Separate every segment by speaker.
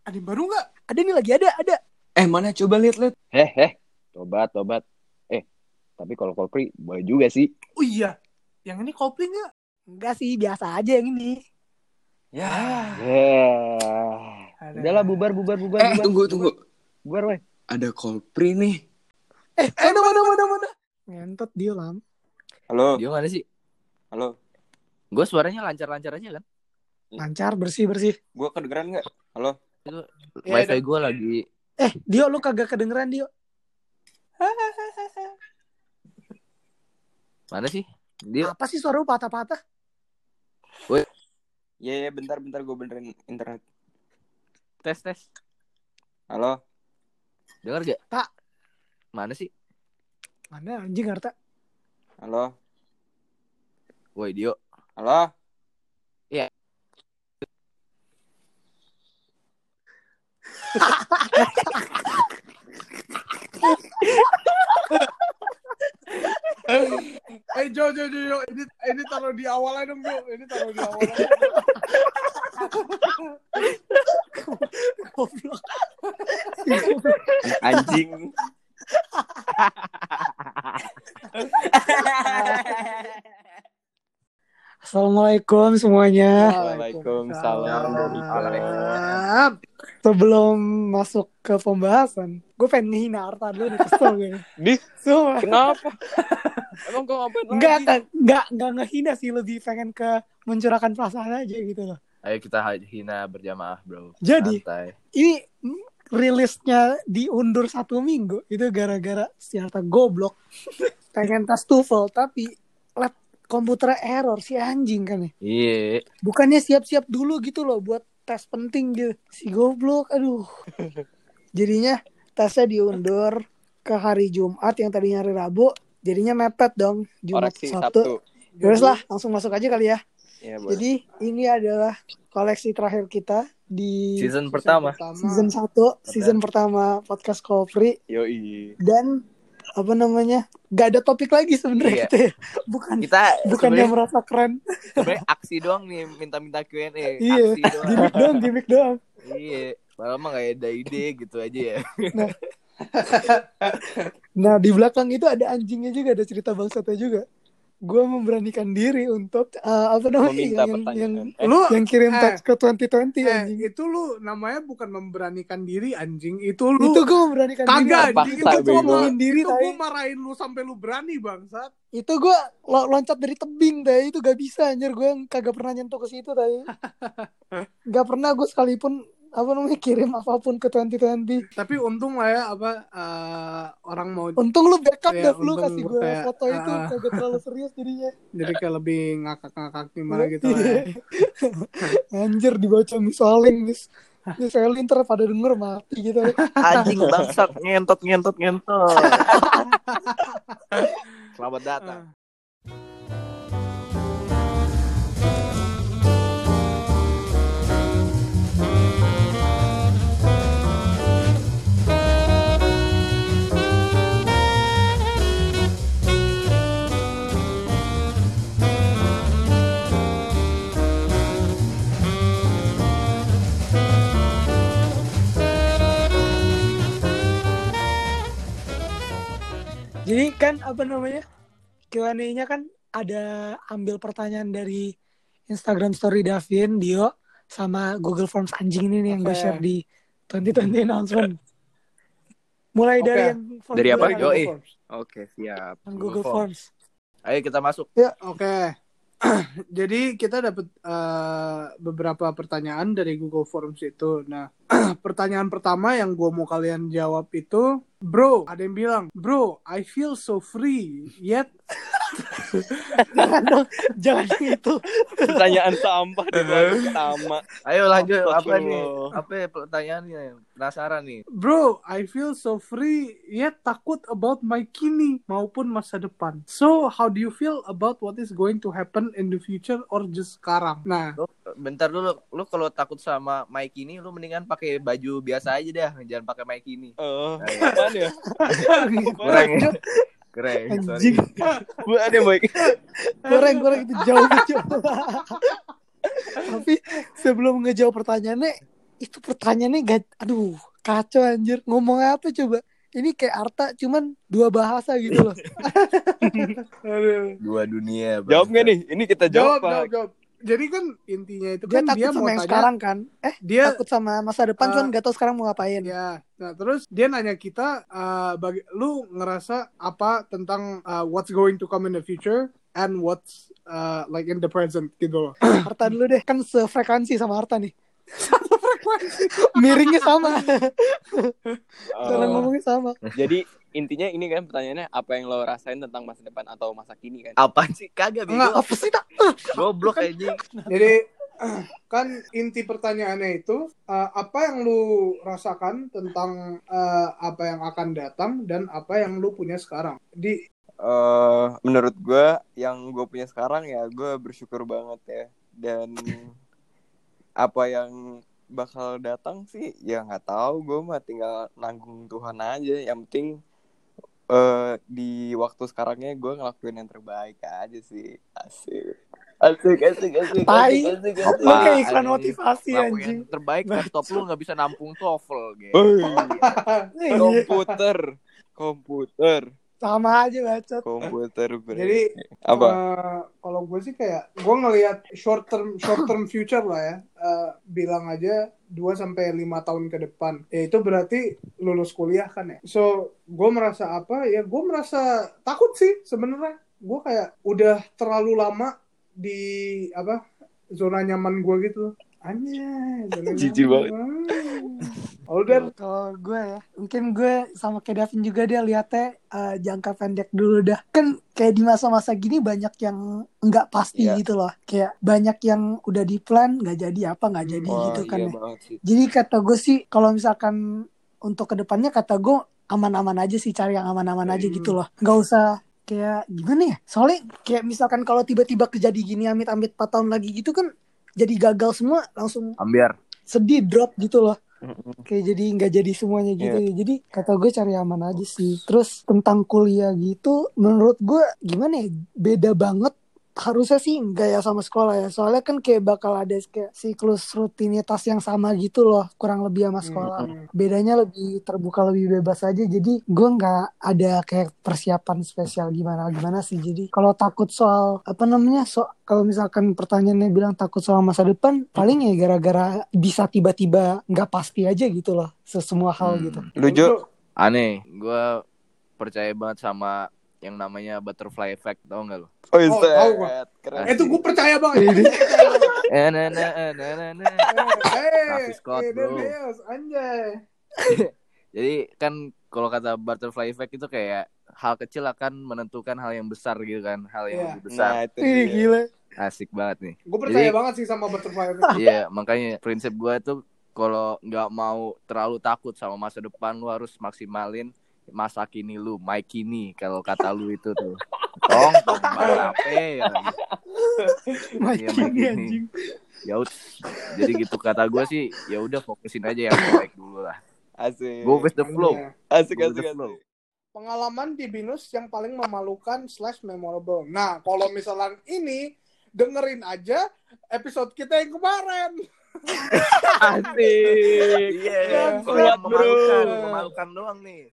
Speaker 1: Ada yang baru nggak?
Speaker 2: Ada nih lagi ada, ada.
Speaker 3: Eh mana coba lihat lihat.
Speaker 4: Heh, heh. Eh, Tobat, tobat. Eh, tapi kalau Kopri boleh juga sih.
Speaker 1: Oh iya. Yang ini kopling nggak?
Speaker 2: Enggak sih, biasa aja yang ini.
Speaker 3: Ya.
Speaker 4: Yeah.
Speaker 1: Ada.
Speaker 4: Udahlah bubar, bubar,
Speaker 1: Ya.
Speaker 4: bubar.
Speaker 3: Eh
Speaker 4: bubar,
Speaker 3: tunggu
Speaker 4: bubar,
Speaker 3: tunggu.
Speaker 4: Bubar, weh.
Speaker 3: Ada Kolpri nih.
Speaker 2: Eh,
Speaker 1: Eh, mana, mana, mana, mana?
Speaker 2: ngentot dia lam.
Speaker 5: Halo,
Speaker 6: Dia mana sih?
Speaker 5: halo.
Speaker 6: Gue suaranya lancar-lancar aja kan?
Speaker 2: Lancar, bersih-bersih.
Speaker 5: Gue kedengeran nggak?
Speaker 2: Iya,
Speaker 1: Ya,
Speaker 6: wifi
Speaker 1: udah.
Speaker 6: gue lagi
Speaker 2: Eh, Dio lu kagak kedengeran Dio.
Speaker 6: mana sih? Dia
Speaker 5: Iya.
Speaker 2: Apa sih suara lu patah-patah?
Speaker 5: Ya, ya bentar, bentar gue benerin internet.
Speaker 6: tes tes.
Speaker 5: Halo,
Speaker 6: Dengar gak?
Speaker 2: Tak.
Speaker 6: Mana sih?
Speaker 2: Mana anjing harta?
Speaker 5: halo,
Speaker 6: Woi Dio.
Speaker 5: halo.
Speaker 1: Eh, Jo, Jo, Jo, Jo. Ini, ini taruh di awal aja dong, Jo. Ini taruh di awal aja.
Speaker 2: Goblok.
Speaker 5: Anjing.
Speaker 2: Assalamualaikum semuanya.
Speaker 5: Waalaikumsalam.
Speaker 2: Waalaikumsalam. Sebelum masuk ke pembahasan, gue pengen ngehina Arta dulu nih kesel gue.
Speaker 5: Di?
Speaker 2: Sumpah.
Speaker 5: Kenapa? Emang gue ngapain
Speaker 2: Enggak, enggak, enggak ngehina sih lebih pengen ke mencurahkan perasaan aja gitu loh.
Speaker 6: Ayo kita hina berjamaah bro.
Speaker 2: Jadi-
Speaker 6: Santai.
Speaker 2: Ini mm, rilisnya diundur satu minggu itu gara-gara si Arta goblok pengen tes TOEFL tapi lab komputer error si anjing kan ya.
Speaker 6: Iya.
Speaker 2: Bukannya siap-siap dulu gitu loh buat tes penting gitu. Si goblok, aduh. Jadinya tesnya diundur ke hari Jumat yang tadinya hari Rabu, jadinya mepet dong Jumat
Speaker 5: Koreksi
Speaker 2: Sabtu.
Speaker 5: Sabtu.
Speaker 2: Yaudah lah, langsung masuk aja kali ya.
Speaker 5: Iya, boleh.
Speaker 2: Jadi ini adalah koleksi terakhir kita di
Speaker 6: Season pertama.
Speaker 2: season 1, season pertama podcast Kopri
Speaker 5: Yoi.
Speaker 2: dan apa namanya? Gak ada topik lagi sebenarnya
Speaker 6: Iya.
Speaker 2: kita ya. Bukan
Speaker 6: Kita
Speaker 2: bukannya
Speaker 6: sebenarnya
Speaker 2: merasa keren.
Speaker 6: sebenarnya aksi doang nih minta-minta Q&A.
Speaker 2: Iya.
Speaker 6: Aksi doang.
Speaker 2: Gimik doang, gimik doang.
Speaker 6: Iya. Padahal mah kayak ada ide gitu aja ya.
Speaker 2: Nah, di belakang itu ada anjingnya juga, ada cerita bangsatnya juga. Gue memberanikan diri untuk eh, apa namanya
Speaker 5: Meminta
Speaker 2: yang, yang,
Speaker 5: pertanyaan. Eh,
Speaker 1: Lu,
Speaker 2: yang kirim
Speaker 1: Eh.
Speaker 2: teks ke 2020
Speaker 1: eh,
Speaker 2: anjing.
Speaker 1: itu lu namanya bukan memberanikan diri, anjing. Itu lu.
Speaker 2: Itu gue memberanikan
Speaker 1: Kagak,
Speaker 2: diri.
Speaker 5: Terpaksa,
Speaker 1: anjing.
Speaker 2: Itu
Speaker 1: Itu
Speaker 2: gue
Speaker 5: bego.
Speaker 1: cuma
Speaker 2: ngomongin diri,
Speaker 1: itu gue
Speaker 2: tai.
Speaker 1: marahin lu sampai lu berani, bangsat.
Speaker 2: itu gue lo- loncat dari tebing tadi itu gak bisa anjir gue kagak pernah nyentuh ke situ tadi gak pernah gue sekalipun apa namanya kirim apapun ke 2020
Speaker 1: Tapi untung lah ya, apa, eh, orang mau
Speaker 2: untung lu backup
Speaker 1: Iya,
Speaker 2: dah lu
Speaker 1: untung
Speaker 2: kasih
Speaker 1: gua
Speaker 2: gue
Speaker 1: kayak,
Speaker 2: foto itu
Speaker 1: ah.
Speaker 2: kagak terlalu serius jadinya Iya.
Speaker 1: jadi kayak lebih ngakak-ngakak gimana
Speaker 3: Iya.
Speaker 1: gitu lah ya.
Speaker 2: anjir dibaca misalnya mis Miss Elin ntar pada denger mati gitu
Speaker 6: Anjing bangsat ngentot ngentot ngentot. Selamat datang.
Speaker 2: Jadi kan apa namanya Q&A-nya kan ada ambil pertanyaan dari Instagram Story Davin, Dio, sama Google Forms anjing ini nih yang gue
Speaker 1: Oke.
Speaker 2: share di 2020 announcement. Mulai
Speaker 1: Oke.
Speaker 2: dari yang form
Speaker 3: Dari apa?
Speaker 2: dulu kan,
Speaker 6: Yo, Yoi.
Speaker 5: Oke, siap.
Speaker 2: yang
Speaker 6: Google
Speaker 2: Ah, Google Forms.
Speaker 6: Ayo kita masuk.
Speaker 1: Oke. Jadi kita dapat eh, beberapa pertanyaan dari Google Forms itu. Nah, pertanyaan pertama yang gue mau kalian jawab itu, bro, ada yang bilang, bro, I feel so free, yet
Speaker 2: jangan dong, jangan yang itu.
Speaker 4: Pertanyaan sampah di bulan pertama.
Speaker 6: Ayo lanjut
Speaker 2: Oh,
Speaker 6: apa nih?
Speaker 4: Astagfirullah.
Speaker 6: Apa ya pertanyaannya? Penasaran nih.
Speaker 1: Bro, I feel so free yet takut about my kini maupun masa depan. So, how do you feel about what is going to happen in the future or just sekarang? Nah,
Speaker 6: Lu bentar dulu, lu kalau takut sama Maikini lu mendingan pakai baju biasa aja dah, jangan pakai Maikini.
Speaker 4: Eh,
Speaker 6: Ayo.
Speaker 4: apaan ya?
Speaker 6: Kurang ya? Keren, sorry.
Speaker 2: Anjing,
Speaker 4: Apaan ya, Mike?
Speaker 2: goreng, goreng itu jauh jauh. Tapi sebelum ngejawab pertanyaannya, itu pertanyaannya gak, aduh kacau anjir ngomong apa coba ini kayak Arta cuman dua bahasa gitu loh
Speaker 1: Aduh.
Speaker 6: Dua dunia.
Speaker 4: Jawab nggak nih? Ini kita jawab,
Speaker 1: Jawab, jawab,
Speaker 4: Pak.
Speaker 1: jawab. Jadi kan intinya itu kan
Speaker 2: dia takut
Speaker 1: dia mau
Speaker 2: sama yang
Speaker 1: tanya
Speaker 2: sekarang kan eh
Speaker 1: dia
Speaker 2: takut sama masa depan
Speaker 1: eh,
Speaker 2: cuman gak tau sekarang mau ngapain
Speaker 1: ya. Nah, terus dia nanya kita eh, bagi lu ngerasa apa tentang eh, what's going to come in the future and what's eh, like in the present gitu loh.
Speaker 2: Arta dulu deh kan sefrekuensi sama Arta nih miringnya sama cara
Speaker 4: Oh.
Speaker 2: ngomongnya sama
Speaker 1: Iya.
Speaker 4: Jadi intinya ini kan pertanyaannya apa yang lo rasain tentang masa depan atau masa kini kan?
Speaker 6: Apa sih? Kagak
Speaker 1: Enggak.
Speaker 6: bego.
Speaker 2: apa sih tak
Speaker 6: Goblok aja.
Speaker 1: Jadi eh, kan inti pertanyaannya itu eh, apa yang lu rasakan tentang eh, apa yang akan datang dan apa yang lu punya sekarang. Di
Speaker 5: Eh, menurut gue yang gue punya sekarang ya gue bersyukur banget ya dan apa yang bakal datang sih ya nggak tahu gue mah tinggal nanggung Tuhan aja yang penting eh di waktu sekarangnya gue ngelakuin yang terbaik aja sih asik asik asik asik
Speaker 2: Tai.
Speaker 5: asik, asik,
Speaker 2: lo kayak iklan
Speaker 6: Apaan?
Speaker 2: motivasi
Speaker 6: Ngelakuin
Speaker 2: anjing
Speaker 1: ya?
Speaker 6: yang terbaik laptop lu nggak bisa nampung TOEFL gitu.
Speaker 5: Hei,
Speaker 2: Iya,
Speaker 5: komputer komputer
Speaker 2: sama aja bacot
Speaker 5: komputer bre.
Speaker 1: jadi
Speaker 5: apa
Speaker 1: Eh, kalau gue sih kayak gue ngelihat short term short term future lah ya. Eh, bilang aja 2 sampai 5 tahun ke depan. Ya itu berarti lulus kuliah kan ya. So, gue merasa apa? Ya gue merasa takut sih sebenarnya. Gue kayak udah terlalu lama di apa? zona nyaman gue gitu. Anjay, zona
Speaker 5: Jijik banget.
Speaker 1: Older.
Speaker 2: Kalau gue ya, mungkin gue sama kayak Davin juga dia lihatnya eh, jangka pendek dulu dah. Kan kayak di masa-masa gini banyak yang nggak pasti
Speaker 5: Iya.
Speaker 2: gitu loh. Kayak banyak yang udah di plan nggak jadi apa
Speaker 1: Hmm.
Speaker 2: nggak jadi
Speaker 5: Wah,
Speaker 2: gitu kan
Speaker 5: iya
Speaker 2: ya.
Speaker 5: banget sih.
Speaker 2: Jadi kata gue sih kalau misalkan untuk kedepannya kata gue aman-aman aja sih cari yang aman-aman aja
Speaker 1: Hmm.
Speaker 2: gitu loh. Nggak usah kayak gimana ya. Soalnya kayak misalkan kalau tiba-tiba kejadi gini amit-amit 4 tahun lagi gitu kan jadi gagal semua langsung
Speaker 6: Ambiar.
Speaker 2: sedih drop gitu loh kayak jadi nggak jadi semuanya gitu ya. jadi kata gue cari aman aja sih terus tentang kuliah gitu menurut gue gimana ya beda banget harusnya sih enggak ya sama sekolah ya soalnya kan kayak bakal ada kayak siklus rutinitas yang sama gitu loh kurang lebih sama sekolah
Speaker 1: Hmm.
Speaker 2: bedanya lebih terbuka lebih bebas aja jadi gue nggak ada kayak persiapan spesial gimana gimana sih jadi kalau takut soal apa namanya so kalau misalkan pertanyaannya bilang takut soal masa depan paling ya gara-gara bisa tiba-tiba nggak pasti aja gitu loh sesemua hal
Speaker 6: Hmm.
Speaker 2: gitu
Speaker 5: Lu, Jo?
Speaker 6: Aneh. Gue percaya banget sama yang namanya butterfly effect tau gak lo?
Speaker 5: Oh,
Speaker 1: Oh, tahu gua.
Speaker 5: set. Keren.
Speaker 1: Eh, Itu gue percaya banget.
Speaker 6: Eh, nah, nah, eh, nah, nah, nah.
Speaker 1: Eh,
Speaker 6: Travis Scott,
Speaker 1: eh,
Speaker 6: bro.
Speaker 1: Deus, anjay.
Speaker 6: Jadi kan kalau kata butterfly effect itu kayak hal kecil akan menentukan hal yang besar gitu kan, hal yang
Speaker 1: Iya.
Speaker 6: lebih besar.
Speaker 5: Nah, itu
Speaker 2: Ih,
Speaker 5: dia.
Speaker 6: iya,
Speaker 2: gila
Speaker 6: Asik banget nih.
Speaker 1: Gue percaya
Speaker 6: Jadi-
Speaker 1: banget sih sama butterfly.
Speaker 6: Iya, makanya prinsip gue tuh kalau nggak mau terlalu takut sama masa depan, lu harus maksimalin masa kini lu, my kini kalau kata lu itu tuh. Tong, tong, banget apa ya lagi. Iya, my
Speaker 2: Mikey
Speaker 6: kini.
Speaker 2: anjing
Speaker 6: Ya udah. jadi gitu kata gue sih, ya udah fokusin aja yang baik dulu lah.
Speaker 5: Asik.
Speaker 6: Go with the flow.
Speaker 1: Iya.
Speaker 5: Asik,
Speaker 6: Go with the
Speaker 5: asik, asik.
Speaker 6: flow.
Speaker 1: Pengalaman di Binus yang paling memalukan slash memorable. Nah, kalau misalnya ini dengerin aja episode kita yang kemarin.
Speaker 5: Asik.
Speaker 6: Iya,
Speaker 1: Keren,
Speaker 6: kalau yang
Speaker 5: bro.
Speaker 6: memalukan, memalukan doang nih.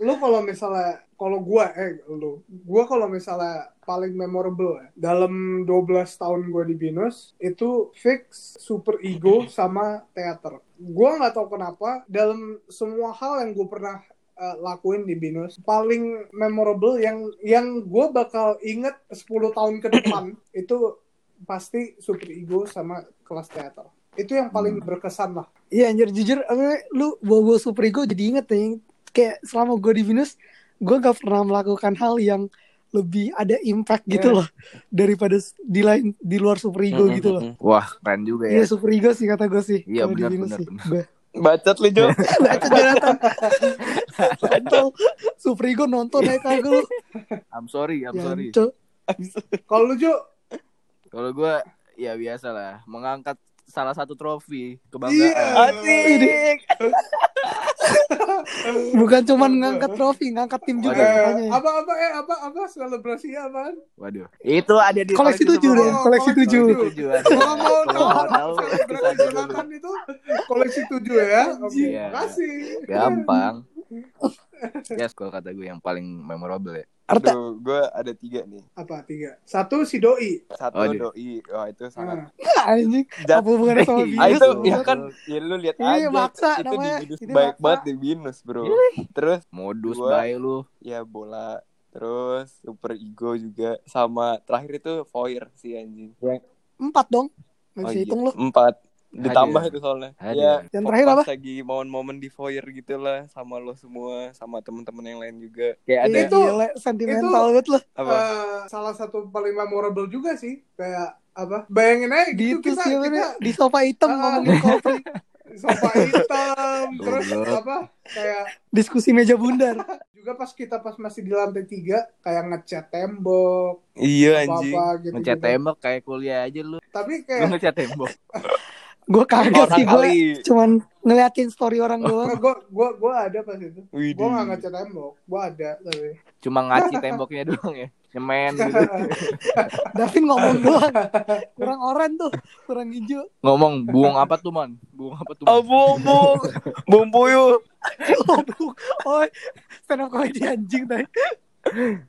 Speaker 1: Lu kalau misalnya kalau gua eh lu, gua kalau misalnya paling memorable ya, dalam 12 tahun gua di Binus itu fix super ego sama teater. Gua nggak tahu kenapa dalam semua hal yang gue pernah eh, lakuin di Binus paling memorable yang yang gue bakal inget 10 tahun ke depan itu pasti super ego sama kelas teater itu yang paling berkesan lah
Speaker 2: Iya anjir jujur apa, lu bawa-bawa Suprigo jadi inget ya kayak selama gue di Venus gue gak pernah melakukan hal yang lebih ada impact gitu
Speaker 1: Iya.
Speaker 2: loh daripada s- di lain di luar Suprigo
Speaker 6: Hmm,
Speaker 2: gitu loh.
Speaker 6: Wah, keren juga ya.
Speaker 2: Iya Suprigo sih kata gue sih.
Speaker 6: Iya,
Speaker 2: kalau di
Speaker 6: benar,
Speaker 2: Venus
Speaker 6: benar,
Speaker 2: sih.
Speaker 6: benar.
Speaker 2: Gua-
Speaker 5: Bacot lu, Jo.
Speaker 2: Baca Jonathan. Nonton Suprigo nonton naik kagak lu.
Speaker 6: I'm sorry, I'm
Speaker 2: Ya,
Speaker 6: sorry.
Speaker 2: cok.
Speaker 1: kalau lu Jo
Speaker 6: Kalau gue ya biasa lah, mengangkat salah satu trofi
Speaker 1: iya
Speaker 6: kebanggaan.
Speaker 5: Asik.
Speaker 2: Bukan cuman ngangkat trofi, ngangkat tim juga. ya.
Speaker 6: Waduh.
Speaker 2: makanya.
Speaker 1: apa apa eh apa apa selebrasinya apaan?
Speaker 6: Waduh. Itu ada di
Speaker 2: Koleksi tujuh deh,
Speaker 1: sepuluh.
Speaker 2: koleksi
Speaker 1: ya, Koleksi
Speaker 2: tujuh.
Speaker 1: tujuh. Kalau mau tahu
Speaker 6: Kalau mau tahu,
Speaker 1: selebrasi
Speaker 6: bisa dulu.
Speaker 1: Jonathan itu koleksi tujuh ya. Oke,
Speaker 6: Iya.
Speaker 1: makasih.
Speaker 6: Gampang. Yes, kalau kata gue yang paling memorable ya.
Speaker 2: Arta,
Speaker 5: Aduh, gue ada tiga nih.
Speaker 1: Apa tiga? Satu si doi.
Speaker 5: Satu
Speaker 6: Waduh.
Speaker 5: doi. Wah, itu
Speaker 2: Hmm.
Speaker 5: sangat.
Speaker 1: Nah,
Speaker 2: anjing.
Speaker 5: Dat-
Speaker 2: Apa hubungannya sama
Speaker 5: Ah,
Speaker 2: virus?
Speaker 5: itu ya kan ya lu lihat
Speaker 2: Ini
Speaker 5: aja
Speaker 2: gitu? Iya, maksa
Speaker 5: itu
Speaker 2: namanya.
Speaker 5: di binus
Speaker 2: Ini
Speaker 5: baik
Speaker 2: maksa. Iya,
Speaker 5: banget di binus bro terus
Speaker 6: Modus
Speaker 5: Dua.
Speaker 6: baik lu.
Speaker 5: ya bola terus super ego juga sama terakhir itu foyer si anjing
Speaker 2: Empat dong. Gak
Speaker 5: Oh,
Speaker 2: bisa
Speaker 5: iya.
Speaker 2: hitung lo.
Speaker 5: empat ditambah
Speaker 6: Hadir.
Speaker 5: itu soalnya
Speaker 6: Hadir.
Speaker 5: ya
Speaker 2: Yang terakhir
Speaker 5: pas
Speaker 2: apa?
Speaker 5: lagi momen-momen di foyer gitu lah sama lo semua sama temen-temen yang lain juga
Speaker 6: Kayak ada
Speaker 2: Ih,
Speaker 1: Itu-
Speaker 2: gila, sentimental banget lo.
Speaker 5: apa
Speaker 1: eh, salah satu paling memorable juga sih. Kayak apa? Bayangin aja
Speaker 2: Di
Speaker 1: gitu
Speaker 2: itu
Speaker 1: kita
Speaker 2: sih,
Speaker 1: kita
Speaker 2: bener. di sofa hitam
Speaker 1: Ah.
Speaker 2: ngomongin kopi.
Speaker 1: sofa hitam terus
Speaker 6: Goblok.
Speaker 1: apa kayak
Speaker 2: Diskusi meja bundar.
Speaker 1: juga pas kita pas masih di lantai tiga kayak ngecat tembok
Speaker 5: iya
Speaker 1: apa
Speaker 5: anjing
Speaker 1: apa gitu,
Speaker 6: ngecat tembok kayak kuliah aja lu.
Speaker 1: tapi
Speaker 6: Lu
Speaker 1: kayak
Speaker 6: ngecat tembok.
Speaker 2: Gue kaget
Speaker 5: orang
Speaker 2: sih gue.
Speaker 5: kali
Speaker 2: Cuman ngeliatin story orang doang.
Speaker 1: gue gue gue ada pas itu
Speaker 5: Widih.
Speaker 1: gue nggak ngecat tembok gue ada tapi
Speaker 6: Cuma ngaci temboknya doang ya. Nyemen gitu.
Speaker 2: Davin ngomong doang. Kurang oran tuh. Kurang hijau.
Speaker 6: Ngomong buang apa tuh, Man? Buang apa tuh? Man?
Speaker 5: Oh, bung bung bung puyuh
Speaker 2: Oh, bu- oh, stand up comedy anjing tadi.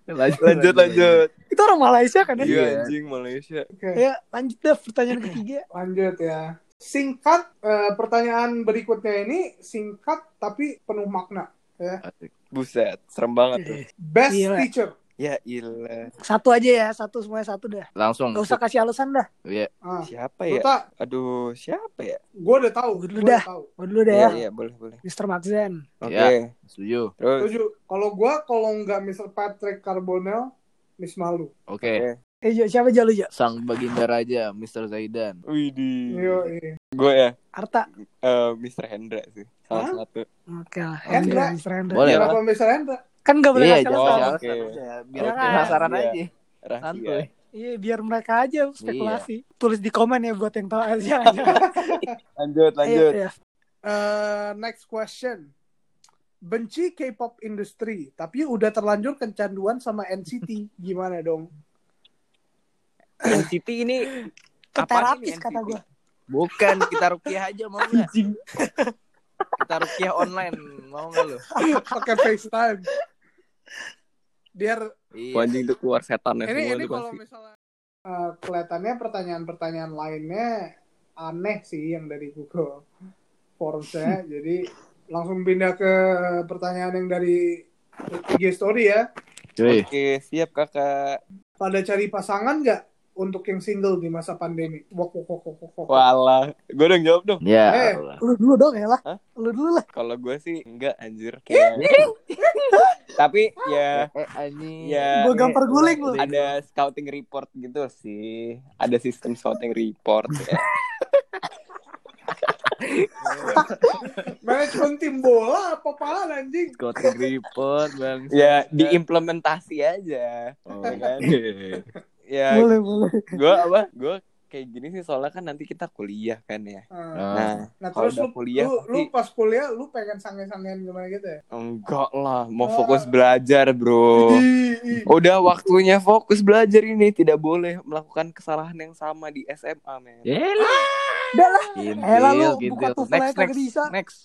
Speaker 5: lanjut lanjut
Speaker 2: Itu orang Malaysia kan ya?
Speaker 5: iya
Speaker 6: Iya.
Speaker 5: anjing Malaysia
Speaker 1: oke
Speaker 2: Ya, lanjut deh pertanyaan ketiga.
Speaker 1: lanjut ya singkat eh, pertanyaan berikutnya ini singkat tapi penuh makna
Speaker 6: Asik.
Speaker 5: buset serem banget tuh
Speaker 1: best
Speaker 2: Gila.
Speaker 1: teacher
Speaker 5: ya ilah
Speaker 2: Satu aja ya, satu semuanya satu dah.
Speaker 6: Langsung.
Speaker 2: Gak usah kasih alasan dah.
Speaker 6: Iya.
Speaker 1: ah
Speaker 5: siapa
Speaker 1: lu
Speaker 5: ya
Speaker 1: tak
Speaker 5: aduh siapa ya
Speaker 1: gue udah tahu
Speaker 2: Gua
Speaker 1: gue
Speaker 2: dulu
Speaker 1: udah
Speaker 2: dah.
Speaker 1: tahu
Speaker 2: Gue dulu deh
Speaker 5: iya
Speaker 2: ya.
Speaker 5: iya boleh boleh
Speaker 2: Mr. Maxen.
Speaker 5: oke
Speaker 6: Iya. Setuju.
Speaker 5: terus
Speaker 1: setuju kalau gue kalau nggak Mr. Patrick Carbonell Miss Malu
Speaker 6: Oke.
Speaker 5: Oke.
Speaker 2: Eh, Jo, siapa Jo lu, Jo?
Speaker 6: Sang baginda raja, Mr. Zaidan. Hmm.
Speaker 5: Widih.
Speaker 1: Yo, iya.
Speaker 5: Gue ya,
Speaker 2: Arta.
Speaker 5: eh, Mr. Hendra sih. Salah
Speaker 1: Hah?
Speaker 5: satu.
Speaker 2: Oke lah.
Speaker 1: Hendra.
Speaker 2: Hendra, Mr. Hendra.
Speaker 6: Boleh lah.
Speaker 1: Kenapa Mr. Hendra?
Speaker 2: Kan gak boleh
Speaker 6: Iya,
Speaker 2: kasih
Speaker 5: jangan
Speaker 6: jangan
Speaker 2: alasan.
Speaker 6: alasan
Speaker 5: Ya, salah. Oh, Oke.
Speaker 6: udah. Biar
Speaker 2: Oke.
Speaker 6: penasaran
Speaker 5: Iya.
Speaker 6: aja. Santuy.
Speaker 5: Rahasia.
Speaker 2: Iya, biar mereka aja spekulasi. Tulis di komen ya buat yang tahu aja. iya.
Speaker 5: Lanjut,
Speaker 2: Ayo,
Speaker 5: lanjut.
Speaker 2: ya.
Speaker 1: Eh, next question. Benci K-pop industry, tapi udah terlanjur kecanduan sama NCT. Gimana dong?
Speaker 3: NCT ini
Speaker 2: Ke
Speaker 3: Apaan ini,
Speaker 2: terapis kata
Speaker 3: NCT?
Speaker 2: gue.
Speaker 6: Bukan, kita rukiah aja mau nggak? Kita rukiah online, mau nggak lu?
Speaker 1: Pakai FaceTime. Biar
Speaker 6: Iya.
Speaker 5: Wah, Anjing tuh keluar setan
Speaker 1: ini
Speaker 5: ya semua
Speaker 1: ini
Speaker 5: tuh
Speaker 1: kalau
Speaker 5: pasti.
Speaker 1: misalnya eh, kelihatannya pertanyaan-pertanyaan lainnya aneh sih yang dari Google Forms-nya. Jadi langsung pindah ke pertanyaan yang dari IG story ya.
Speaker 6: Cuy,
Speaker 5: Oke, siap kakak.
Speaker 1: Pada cari pasangan nggak untuk yang single di masa pandemi? Wok wok wok wok wok, wok.
Speaker 5: Walah, gue udah jawab dong.
Speaker 6: ya.
Speaker 1: Eh.
Speaker 6: Allah.
Speaker 2: Lu dulu dong ya lah.
Speaker 5: Hah?
Speaker 2: Lu dulu lah.
Speaker 5: Kalau gue sih enggak anjir. Kayak- Tapi ya
Speaker 6: Eh, anjing.
Speaker 5: Ya.
Speaker 2: Gue gampar guling lu.
Speaker 5: ada scouting report gitu sih. Ada sistem scouting report ya.
Speaker 1: Manajemen tim bola apa apaan anjing?
Speaker 6: Scouting report, bang.
Speaker 5: ya diimplementasi aja.
Speaker 6: Oh.
Speaker 5: Ya kan? Ya,
Speaker 2: Boleh, boleh.
Speaker 5: gue apa? Gue kayak gini sih soalnya kan nanti kita kuliah kan ya.
Speaker 1: Nah,
Speaker 6: Nah,
Speaker 5: Nah, kalau
Speaker 1: terus
Speaker 5: udah
Speaker 1: lu,
Speaker 5: kuliah
Speaker 1: lu,
Speaker 5: pasti-
Speaker 1: lu pas kuliah lu pengen sange-sangean gimana gitu ya?
Speaker 5: Enggak lah, mau
Speaker 1: Ah.
Speaker 5: fokus belajar bro.
Speaker 1: Ih, ih.
Speaker 5: Udah waktunya fokus belajar ini tidak boleh melakukan kesalahan yang sama di SMA men.
Speaker 6: Yelah.
Speaker 2: Dah lah.
Speaker 6: Kintil,
Speaker 2: Eh, lah, lu
Speaker 6: kintil.
Speaker 2: buka tuh
Speaker 6: next,
Speaker 2: fly kagak
Speaker 6: next,
Speaker 2: bisa.
Speaker 6: next.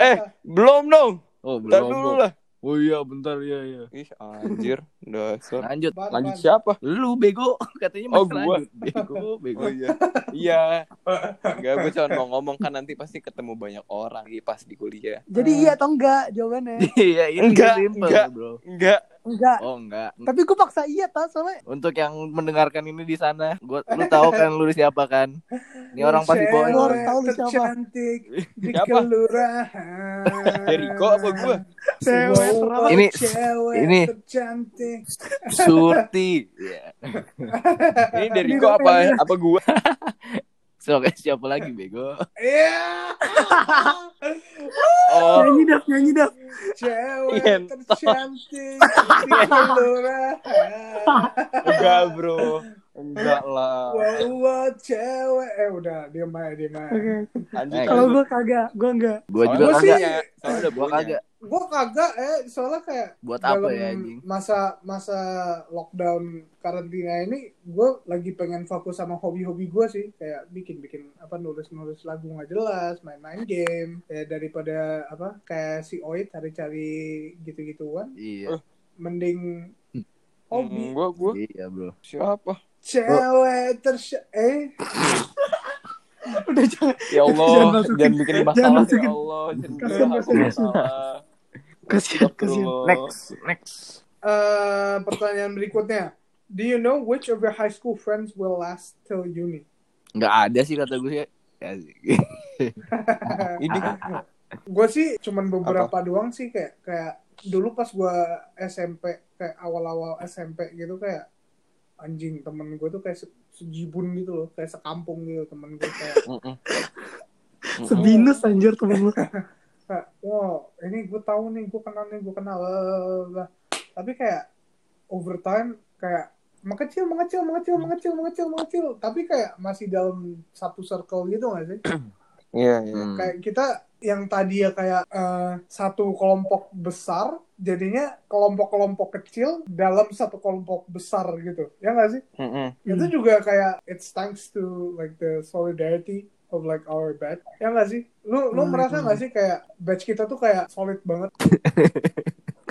Speaker 5: Eh, Belum dong,
Speaker 6: Oh, belum.
Speaker 5: ntar dulu
Speaker 6: Bro.
Speaker 5: lah.
Speaker 6: Oh iya, bentar ya ya.
Speaker 5: Ih anjir, dasar.
Speaker 6: Lanjut.
Speaker 1: Apaan,
Speaker 5: Lanjut
Speaker 1: apaan?
Speaker 5: siapa?
Speaker 6: Lu bego katanya
Speaker 5: Oh,
Speaker 6: masih
Speaker 5: gua.
Speaker 6: lanjut. Bego, bego.
Speaker 5: Oh iya, iya. Enggak, gue cuma mau ngomong kan nanti pasti ketemu banyak orang Ih, pas di kuliah.
Speaker 2: Jadi
Speaker 1: Eh.
Speaker 2: iya atau enggak jawabannya?
Speaker 6: Iya, itu
Speaker 5: Enggak,
Speaker 6: simple,
Speaker 5: enggak.
Speaker 6: Bro.
Speaker 5: Enggak,
Speaker 2: Enggak.
Speaker 6: Oh, enggak.
Speaker 2: Tapi gue paksa iya tau soalnya
Speaker 6: Untuk yang mendengarkan ini di sana, gua lu tahu kan lu siapa kan?
Speaker 5: Iya.
Speaker 6: Ini orang pasti
Speaker 1: Cewek
Speaker 6: bohong.
Speaker 2: Orang tahu lu siapa.
Speaker 1: tercantik di
Speaker 5: Siapa?
Speaker 1: kelurahan.
Speaker 5: Jericho apa gua?
Speaker 2: Cewek
Speaker 1: Sebuah
Speaker 6: Ini-
Speaker 1: cewek
Speaker 6: ini.
Speaker 1: tercantik.
Speaker 6: Surti. Iya.
Speaker 5: ini dari kok apa apa gua?
Speaker 6: So, guys, siapa lagi bego?
Speaker 1: Iya.
Speaker 5: Oh,
Speaker 2: Nyanyi dah, nyanyi dah
Speaker 1: Cewek
Speaker 5: Iya, entah.
Speaker 1: tercantik di kelurahan.
Speaker 5: enggak bro. Enggak lah.
Speaker 1: Wow, wow, cewek. Eh udah, diem aja, diem aja.
Speaker 5: Anjir,
Speaker 6: Eh,
Speaker 5: gitu.
Speaker 2: Kalau gue kagak, gue enggak
Speaker 6: Gua juga
Speaker 5: Soalnya
Speaker 1: Gua
Speaker 5: udah
Speaker 1: sih-
Speaker 6: kagak.
Speaker 5: punya. Soalnya udah
Speaker 6: Gua
Speaker 5: punya.
Speaker 6: kagak.
Speaker 1: gue kagak eh soalnya kayak
Speaker 6: Buat
Speaker 1: dalam
Speaker 6: apa ya anjing?
Speaker 1: masa masa lockdown karantina ini gue lagi pengen fokus sama hobi-hobi gue sih kayak bikin bikin apa nulis nulis lagu nggak jelas main-main game ya daripada apa kayak si Oid cari-cari gitu-gituan
Speaker 6: Iya,
Speaker 1: mending
Speaker 6: Hmm.
Speaker 1: hobi
Speaker 5: Gue, gue,
Speaker 6: iya bro.
Speaker 5: Hmm, siapa?
Speaker 1: cewek tersya eh udah jangan
Speaker 5: Ya
Speaker 1: Jangan
Speaker 5: Allah,
Speaker 1: masukin.
Speaker 5: jangan bikin
Speaker 1: Jangan
Speaker 5: masalah
Speaker 1: masukin.
Speaker 5: ya Allah. Jangan
Speaker 1: Kasihan,
Speaker 5: bikin aku
Speaker 1: kasihan.
Speaker 5: masalah.
Speaker 1: kasihan kasihan
Speaker 5: Astagfirullah.
Speaker 6: next.
Speaker 1: Eh, pertanyaan berikutnya do you know which of your high school friends will last till uni
Speaker 6: Nggak ada sih kata gue sih. Ya, sih.
Speaker 5: Ini
Speaker 1: gue sih cuman beberapa doang sih kayak kayak dulu pas gue SMP kayak awal-awal SMP gitu kayak anjing temen gue tuh kayak se- sejibun gitu loh kayak sekampung gitu temen gue kayak
Speaker 5: Mm-mm.
Speaker 2: Sebinus anjir temen lu.
Speaker 1: kayak, wow ini gue tahu nih gue kenal nih gue kenal lah tapi kayak over time kayak mengecil mengecil mengecil mengecil mengecil mengecil tapi kayak masih dalam satu circle gitu gak sih
Speaker 5: Iya, iya.
Speaker 6: Hmm.
Speaker 1: kayak kita yang tadi ya kayak eh, satu kelompok besar jadinya kelompok-kelompok kecil dalam satu kelompok besar gitu ya nggak sih
Speaker 5: Mm-mm.
Speaker 2: Hmm.
Speaker 1: itu juga kayak it's thanks to like the solidarity of like our batch ya nggak sih lu lu
Speaker 2: Hmm.
Speaker 1: merasa nggak sih kayak batch kita tuh kayak solid banget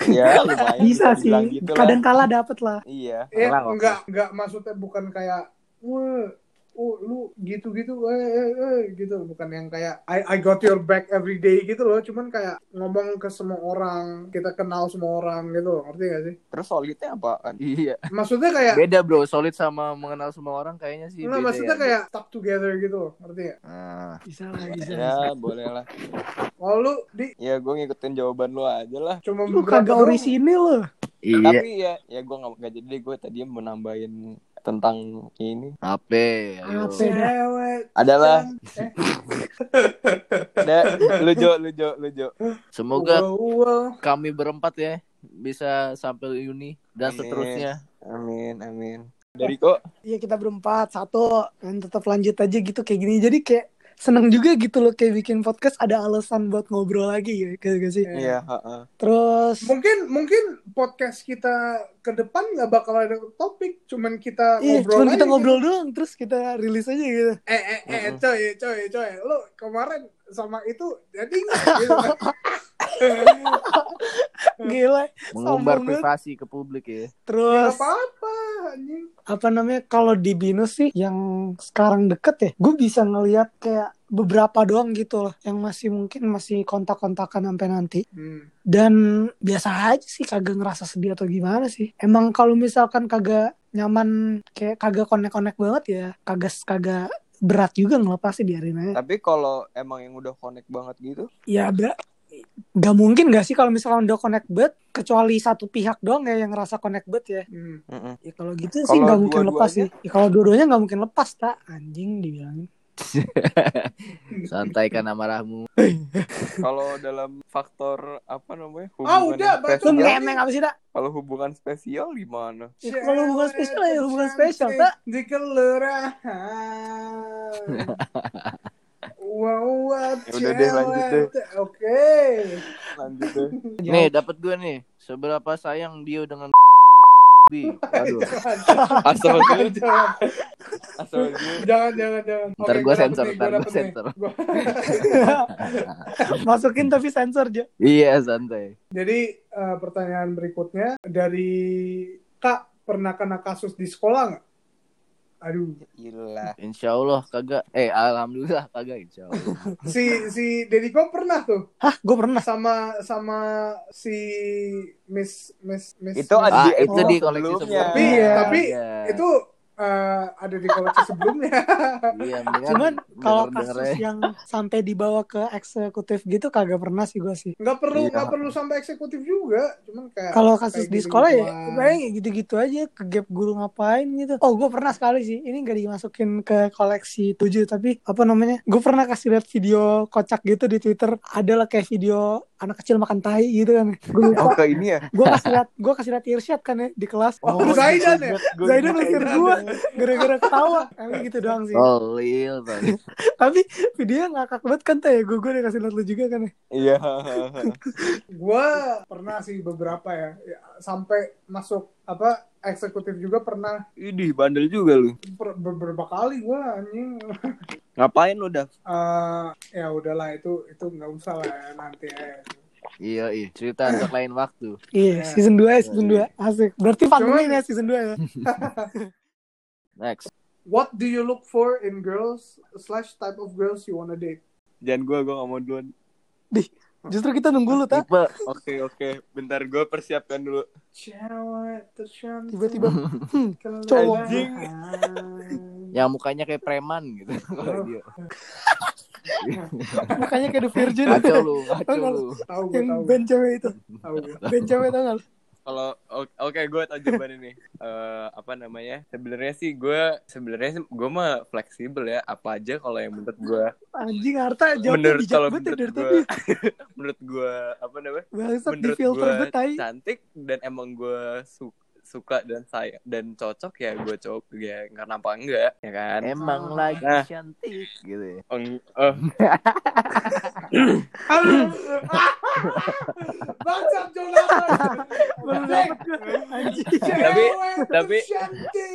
Speaker 5: Ya, lumayan.
Speaker 2: Bisa
Speaker 5: dibilang
Speaker 2: sih.
Speaker 5: gitu lah.
Speaker 2: Kadang kala dapet lah.
Speaker 5: Iya.
Speaker 1: ya
Speaker 6: Lah, oke.
Speaker 1: nggak nggak maksudnya bukan kayak wah Oh, lu gitu-gitu, eh, eh, eh, gitu. Bukan yang kayak I, I got your back every day gitu loh. Cuman kayak ngomong ke semua orang, kita kenal semua orang gitu loh. Ngerti gak sih?
Speaker 5: Terus solidnya apaan?
Speaker 6: Iya.
Speaker 1: Maksudnya kayak
Speaker 6: Beda bro, solid sama mengenal semua orang kayaknya sih.
Speaker 1: Enggak,
Speaker 6: beda
Speaker 1: Nah, maksudnya
Speaker 6: ya.
Speaker 1: kayak stuck together gitu loh, ngerti ya?
Speaker 6: Ah.
Speaker 2: Bisa lah, bisa.
Speaker 5: Ya, boleh lah.
Speaker 1: Kalau Oh, lu di
Speaker 5: Ya, gue ngikutin jawaban lu aja lah.
Speaker 1: cuma
Speaker 2: Lu
Speaker 1: beberapa
Speaker 2: kagak
Speaker 1: doang,
Speaker 2: orisinil loh.
Speaker 6: Iya.
Speaker 5: Tapi ya, ya gue gak, jadi deh. Gue tadi mau nambahin tentang ini.
Speaker 6: HP, ayo.
Speaker 2: HP.
Speaker 1: Cewek.
Speaker 5: Adalah.
Speaker 1: Eh,
Speaker 5: Da, lu jo, lu jo, lu jo.
Speaker 6: Semoga
Speaker 1: wow, wow.
Speaker 6: kami berempat ya bisa sampai uni dan
Speaker 5: Amin.
Speaker 6: seterusnya.
Speaker 5: Amin, amin. Dari kok?
Speaker 2: Iya kita berempat satu dan tetap lanjut aja gitu kayak gini. Jadi kayak seneng juga gitu loh kayak bikin podcast ada alasan buat ngobrol lagi ya kayak gak sih.
Speaker 1: Eh,
Speaker 5: Iya, heeh.
Speaker 2: Terus
Speaker 1: Mungkin mungkin podcast kita ke depan nggak bakal ada topik, cuman kita
Speaker 2: iya
Speaker 1: ngobrol.
Speaker 2: cuman kita
Speaker 1: aja.
Speaker 2: ngobrol doang terus kita rilis aja gitu.
Speaker 1: Eh eh eh
Speaker 5: Mm-mm.
Speaker 1: coy coy coy, lu kemarin sama itu jadi nggak? gitu kan?
Speaker 2: Gila.
Speaker 6: Mengumbar
Speaker 2: Sombong banget.
Speaker 6: privasi ke publik ya.
Speaker 1: Nggak
Speaker 2: Terus
Speaker 1: apa-apa anjing.
Speaker 2: apa namanya kalau di Binus sih yang sekarang deket ya gue bisa ngelihat kayak beberapa doang gitu loh yang masih mungkin masih kontak-kontakan sampai nanti
Speaker 1: Hmm.
Speaker 2: dan biasa aja sih kagak ngerasa sedih atau gimana sih emang kalau misalkan kagak nyaman kayak kagak konek-konek banget ya kagak kagak berat juga ngelepasnya biarin aja
Speaker 5: Tapi kalau emang yang udah connect banget gitu,
Speaker 2: ya ber- Gak mungkin gak sih kalau misalkan udah connect banget Kecuali satu pihak doang ya yang ngerasa connect banget ya
Speaker 1: Hmm.
Speaker 5: mm-mm.
Speaker 2: Ya kalau gitu sih
Speaker 5: Kalau
Speaker 2: gak mungkin lepas
Speaker 5: dua-duanya?
Speaker 2: sih ya, Kalau dua-duanya gak mungkin lepas tak Anjing dibilangin
Speaker 6: Santaikan amarahmu.
Speaker 5: kalau dalam faktor apa namanya
Speaker 1: Ah,
Speaker 5: hubungan
Speaker 1: udah,
Speaker 5: yang
Speaker 1: baca.
Speaker 2: Lu
Speaker 5: spesial,
Speaker 2: ngemeng apa sih tak?
Speaker 5: kalau hubungan spesial gimana?
Speaker 2: Ya, kalau hubungan spesial ya hubungan
Speaker 1: Cewek
Speaker 2: spesial,
Speaker 1: cantik
Speaker 2: Pak.
Speaker 1: Di kelurahan. wow, wow,
Speaker 5: Ya udah deh, lanjut deh.
Speaker 1: cewek. Oke.
Speaker 5: Lanjut deh.
Speaker 6: Nih, dapat gue nih. Seberapa sayang dia dengan Bi. Aduh.
Speaker 1: Jangan,
Speaker 5: Astagfirullah,
Speaker 1: jangan,
Speaker 5: astagfirullah.
Speaker 1: jangan, jangan, jangan.
Speaker 6: Ntar
Speaker 1: Oke,
Speaker 6: gue
Speaker 1: dapet
Speaker 6: sensor,
Speaker 1: nih,
Speaker 6: ntar gue
Speaker 1: dapet nih.
Speaker 6: sensor.
Speaker 1: Gua-
Speaker 2: Masukin tapi sensor aja.
Speaker 6: Iya, santai.
Speaker 1: Jadi eh, pertanyaan berikutnya dari Kak pernah kena kasus di sekolah nggak? Aduh,
Speaker 5: Gila.
Speaker 6: Insya Allah kagak. Eh, alhamdulillah kagak insya Allah.
Speaker 1: si si Dediko pernah tuh
Speaker 2: Hah, gue pernah.
Speaker 1: sama sama si Miss Miss Miss
Speaker 5: Itu
Speaker 1: Miss-
Speaker 6: Ah,
Speaker 5: ada
Speaker 6: itu
Speaker 1: Oh,
Speaker 6: di koleksi
Speaker 5: sebelumnya.
Speaker 6: sebelumnya.
Speaker 1: tapi
Speaker 2: Iya.
Speaker 1: tapi
Speaker 6: Ada.
Speaker 1: itu eh, ada di koleksi sebelumnya
Speaker 6: Iya, mendingan
Speaker 2: Cuman kalau
Speaker 1: eh.
Speaker 6: denger-denger
Speaker 2: kasus
Speaker 6: aja.
Speaker 2: yang sampai dibawa ke eksekutif gitu kagak pernah sih gue sih.
Speaker 1: nggak perlu
Speaker 6: Iya.
Speaker 1: nggak perlu sampai eksekutif juga cuman kayak
Speaker 2: Kalau
Speaker 1: kayak
Speaker 2: kasus di
Speaker 1: gitu-gitu
Speaker 2: sekolah ya
Speaker 1: doang.
Speaker 2: paling kayak gitu-gitu aja ke gap guru ngapain gitu. Oh, gue pernah sekali sih. Ini gak dimasukin ke koleksi 7 tapi apa namanya? Gue pernah kasih lihat video kocak gitu di Twitter. Adalah kayak video anak kecil makan tai gitu kan gue
Speaker 5: Oh ke ini ya?
Speaker 2: gue kasih liat gue kasih liat Irsyad kan ya di kelas
Speaker 1: Oh, Zaidan ya?
Speaker 5: Gua-
Speaker 2: Zaidan
Speaker 5: gua- ya?
Speaker 2: ngusir gue gara-gara ketawa emang gitu doang
Speaker 1: Oh.
Speaker 2: sih
Speaker 6: Tolil, tolil.
Speaker 2: tapi videonya ngakak banget kan teh gue gue udah kasih liat lu juga kan ya
Speaker 5: Iya.
Speaker 1: gue pernah sih beberapa ya, Ya, sampai masuk apa eksekutif juga pernah
Speaker 5: Idih bandel juga lu.
Speaker 1: per- beberapa kali gue anjing
Speaker 5: Ngapain lu dah?
Speaker 1: Eh, ya udahlah itu itu nggak usah lah ya, nanti ya.
Speaker 6: Iya, iya. Cerita untuk lain waktu.
Speaker 2: iya season 2 ya season 2 asik berarti
Speaker 1: Iya.
Speaker 2: pandemi
Speaker 1: Cuman-
Speaker 2: ya season 2 ya
Speaker 6: Next.
Speaker 1: What do you look for in girls slash type of girls you wanna date?
Speaker 5: Jangan gua gua gak mau duluan.
Speaker 2: justru kita nunggu lu tak
Speaker 6: Tipe
Speaker 5: Oke oke, bentar gua persiapkan dulu.
Speaker 1: Cewek tercantik.
Speaker 2: tiba-tiba hmm,
Speaker 1: Kelelahan.
Speaker 2: cowok.
Speaker 5: Anjing.
Speaker 1: Ya.
Speaker 6: yang mukanya kayak preman gitu. Kalau dia.
Speaker 2: makanya kayak The Virgin
Speaker 6: Kacau lu, kacau lu.
Speaker 1: Tahu gue
Speaker 2: yang
Speaker 1: tahu.
Speaker 2: band cewek itu
Speaker 1: tahu gue.
Speaker 2: band cewek tau gak lu?
Speaker 5: Kalau oke gue tau jawaban ini. Eh, apa namanya? Sebenarnya sih gue sebenarnya sih gue mah fleksibel ya. Apa aja kalau yang menurut gue.
Speaker 2: anjing harta jawabnya
Speaker 5: Menurut
Speaker 2: bijak
Speaker 5: kalau
Speaker 2: banget ya
Speaker 5: menurut
Speaker 2: dari
Speaker 5: gue,
Speaker 2: tadi
Speaker 5: menurut gue apa namanya?
Speaker 2: bangsat di
Speaker 5: Menurut
Speaker 2: filter
Speaker 5: gue
Speaker 2: betai
Speaker 5: cantik dan emang gue su- suka dan saya dan cocok ya gue cocok ya karena apa enggak ya kan?
Speaker 6: Emang lagi
Speaker 5: Nah.
Speaker 6: cantik gitu ya.
Speaker 5: Eng- eh,
Speaker 1: Bangsat Jonathan.
Speaker 2: baru
Speaker 1: Cek,
Speaker 2: dapet gue anjing
Speaker 5: Tapi-
Speaker 1: cewek
Speaker 5: tapi-
Speaker 1: tercantik.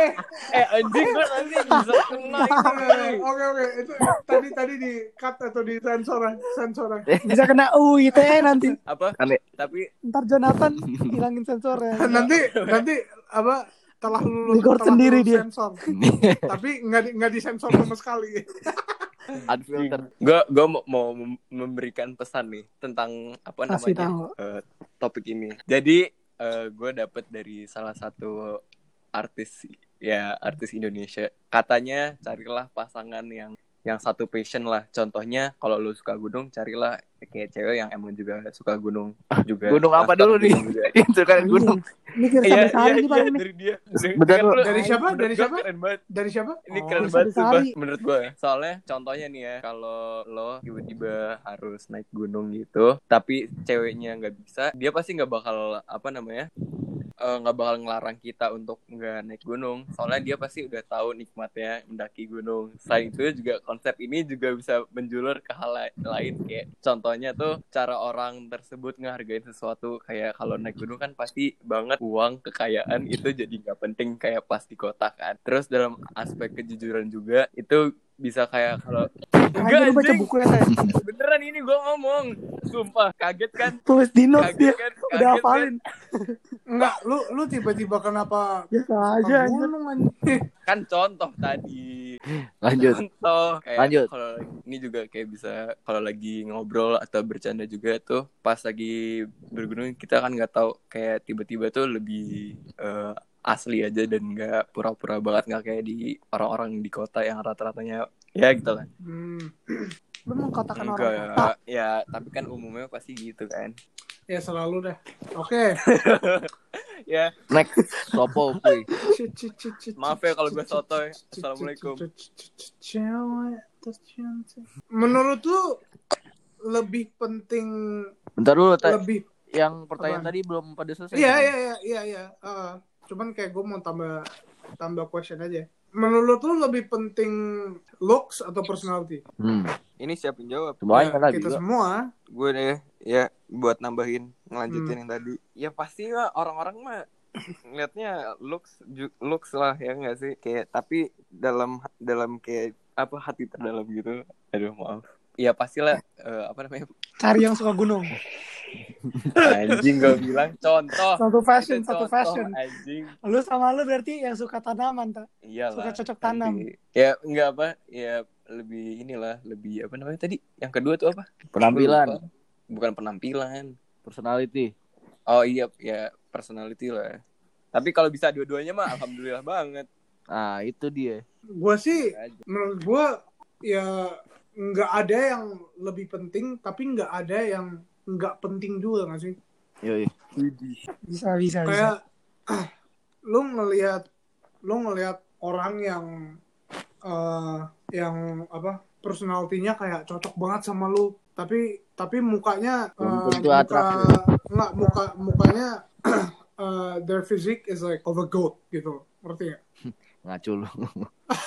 Speaker 1: Eh,
Speaker 5: eh anjing gue nanti bisa kena itu,
Speaker 1: eh,
Speaker 5: Bang.
Speaker 1: oke oke itu tadi tadi di cut atau di sensoran sensoran.
Speaker 2: bisa kena UU ITE nanti
Speaker 5: apa?
Speaker 6: Aneh.
Speaker 5: Tapi
Speaker 2: ntar Jonathan hilangin ya." sensornya
Speaker 1: nanti nanti apa telah lulus
Speaker 2: Record
Speaker 1: telah
Speaker 2: sendiri
Speaker 1: lulus
Speaker 2: dia.
Speaker 1: sensor tapi nggak di, nggak disensor sama sekali
Speaker 6: Unfiltered.
Speaker 5: gue gue mau, mau mem- memberikan pesan nih tentang apa
Speaker 2: kasih
Speaker 5: namanya
Speaker 2: tahu
Speaker 5: eh, topik ini jadi gue dapet dari salah satu artis ya artis Indonesia katanya carilah pasangan yang yang satu passion lah contohnya kalau lu suka gunung carilah kayak cewek yang emang juga suka gunung juga
Speaker 6: Ah, Gunung apa
Speaker 5: Suka
Speaker 6: dulu nih?
Speaker 5: gunung juga.
Speaker 6: Itu kan gunung.
Speaker 2: ini kira
Speaker 5: Iya,
Speaker 2: sampai
Speaker 5: iya,
Speaker 2: sehari nih
Speaker 5: iya,
Speaker 2: paling nih
Speaker 5: dari dia.
Speaker 6: Bentar,
Speaker 5: Kan lu-
Speaker 1: Dari siapa?
Speaker 5: menurut
Speaker 1: Dari
Speaker 5: gua
Speaker 1: siapa?
Speaker 5: Keren banget.
Speaker 1: dari siapa
Speaker 5: Ini
Speaker 2: Oh,
Speaker 5: keren
Speaker 2: Mas
Speaker 5: banget sumpah,
Speaker 2: Sari.
Speaker 5: menurut ya. gue. Soalnya contohnya nih ya, kalau lo tiba-tiba harus naik gunung gitu, tapi ceweknya nggak bisa, dia pasti nggak bakal apa namanya? eh, nggak bakal ngelarang kita untuk nggak naik gunung soalnya dia pasti udah tahu nikmatnya mendaki gunung selain itu juga konsep ini juga bisa menjulur ke hal la- lain kayak contohnya tuh cara orang tersebut ngehargain sesuatu kayak kalau naik gunung kan pasti banget uang kekayaan itu jadi nggak penting kayak pas di kota kan terus dalam aspek kejujuran juga itu bisa kayak kalau
Speaker 2: Kayaknya
Speaker 5: enggak
Speaker 2: lu baca
Speaker 5: anjing
Speaker 2: buku ya Teh.
Speaker 5: beneran ini gue ngomong sumpah kaget kan
Speaker 2: tulis di notes dia
Speaker 5: kaget kan
Speaker 2: udah
Speaker 5: kaget kan
Speaker 2: hafalin
Speaker 1: enggak lu lu tiba-tiba kenapa
Speaker 2: biasa
Speaker 1: ke
Speaker 2: aja anjing.
Speaker 1: gunung anjing
Speaker 5: kan contoh tadi
Speaker 6: Lanjut.
Speaker 5: contoh Oh, kayak
Speaker 6: Lanjut.
Speaker 5: kalau ini juga kayak bisa kalau lagi ngobrol atau bercanda juga tuh pas lagi bergunung kita kan nggak tahu kayak tiba-tiba tuh lebih eh, asli aja dan nggak pura-pura banget nggak kayak di orang-orang di kota yang rata-ratanya ya gitu kan
Speaker 1: hmm.
Speaker 2: lu mengkotakan orang kota
Speaker 5: enggak ya tapi kan umumnya pasti gitu kan
Speaker 1: ya selalu dah oke
Speaker 5: ya
Speaker 6: Next. Sopo kuy.
Speaker 1: Cit, cit, cit, cit,
Speaker 5: maaf
Speaker 1: cit,
Speaker 5: ya kalau gue
Speaker 1: cit,
Speaker 5: sotoy
Speaker 1: cit, cit,
Speaker 5: assalamualaikum
Speaker 1: cit, cit, cit, cit, cewek tercantik menurut lu lebih penting
Speaker 6: Bentar dulu,
Speaker 5: Eh.
Speaker 6: Ta.
Speaker 1: lebih
Speaker 6: yang pertanyaan
Speaker 1: Apaan?
Speaker 6: tadi belum pada selesai. kan?
Speaker 1: Iya iya iya iya iya. Heeh. cuman kayak gue mau tambah tambah question aja. Menurut lu lebih penting looks atau personality?
Speaker 6: Hmm.
Speaker 5: ini siapa yang jawab
Speaker 6: Semuanya
Speaker 1: Ya,
Speaker 6: kan lagi.
Speaker 1: kita semua.
Speaker 5: gue deh ya buat nambahin
Speaker 1: ngelanjutin
Speaker 5: yang tadi ya pasti lah orang-orang mah ngeliatnya looks ju- looks lah ya nggak sih kayak tapi dalam dalam kayak apa hati terdalam gitu aduh maaf ya pastilah eh, apa namanya
Speaker 2: cari yang suka gunung
Speaker 5: anjing gue bilang contoh
Speaker 2: satu fashion
Speaker 5: Itu
Speaker 2: satu
Speaker 5: contoh,
Speaker 2: fashion
Speaker 5: anjing
Speaker 2: lu sama lu berarti yang suka tanaman tak
Speaker 5: iyalah
Speaker 2: suka cocok tanam
Speaker 5: nanti. ya nggak apa ya lebih inilah lebih apa namanya tadi yang kedua tuh apa
Speaker 6: Penampilan,
Speaker 5: Lupa. bukan penampilan
Speaker 6: personality.
Speaker 5: Oh iya, ya personality lah. ya. Tapi kalau bisa dua-duanya mah alhamdulillah banget.
Speaker 6: Ah, itu dia.
Speaker 1: Gue sih
Speaker 5: Aja.
Speaker 1: menurut gue ya nggak ada yang lebih penting tapi nggak ada yang nggak penting juga nggak sih?
Speaker 6: Yoi.
Speaker 2: bisa bisa bisa
Speaker 1: Kayak ah, lu ngelihat lu ngelihat orang yang eh yang apa personalitinya kayak cocok banget sama lu tapi tapi mukanya eh,
Speaker 6: Belum tentu
Speaker 1: muka-
Speaker 6: atraktif.
Speaker 1: nggak muka mukanya eh, their physique is like of a goat gitu ngerti nggak?
Speaker 6: ngaco lu.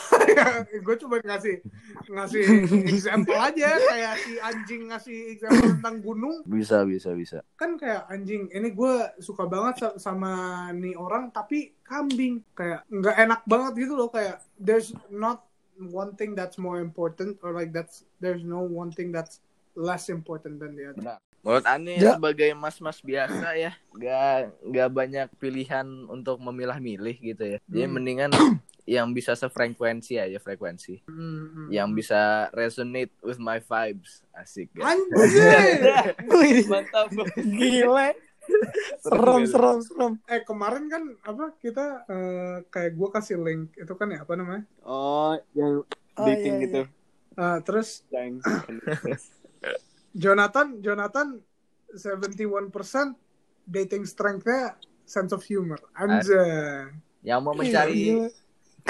Speaker 1: gue cuma ngasih ngasih example aja kayak si anjing ngasih example tentang gunung
Speaker 6: Bisa bisa bisa.
Speaker 1: kan kayak anjing ini gue suka banget sa- sama nih orang tapi kambing kayak nggak enak banget gitu loh kayak there's not one thing that's more important or like that's there's no one thing that's less important than the other
Speaker 6: Menurut Ane
Speaker 2: Ya.
Speaker 6: sebagai mas-mas biasa ya, nggak nggak banyak pilihan untuk memilah-milih gitu ya. Jadi
Speaker 1: Hmm.
Speaker 6: mendingan yang bisa sefrekuensi aja frekuensi,
Speaker 2: Hmm.
Speaker 1: Mm-mm.
Speaker 6: yang bisa resonate with my vibes, asik ya.
Speaker 1: anjing
Speaker 2: Wih,
Speaker 3: Mantap.
Speaker 2: Gila. Serem,
Speaker 5: gitu.
Speaker 2: serem, serem.
Speaker 1: eh kemarin kan apa kita eh, kayak gue kasih link itu kan ya apa namanya
Speaker 5: Oh, yang
Speaker 2: Oh,
Speaker 5: dating
Speaker 2: iya,
Speaker 5: gitu.
Speaker 1: Eh, terus
Speaker 5: Yang
Speaker 1: Jonathan Jonathan 71% dating strength-nya sense of humor anjing
Speaker 6: Yang
Speaker 2: Iya.
Speaker 6: mau mencari
Speaker 2: Gila.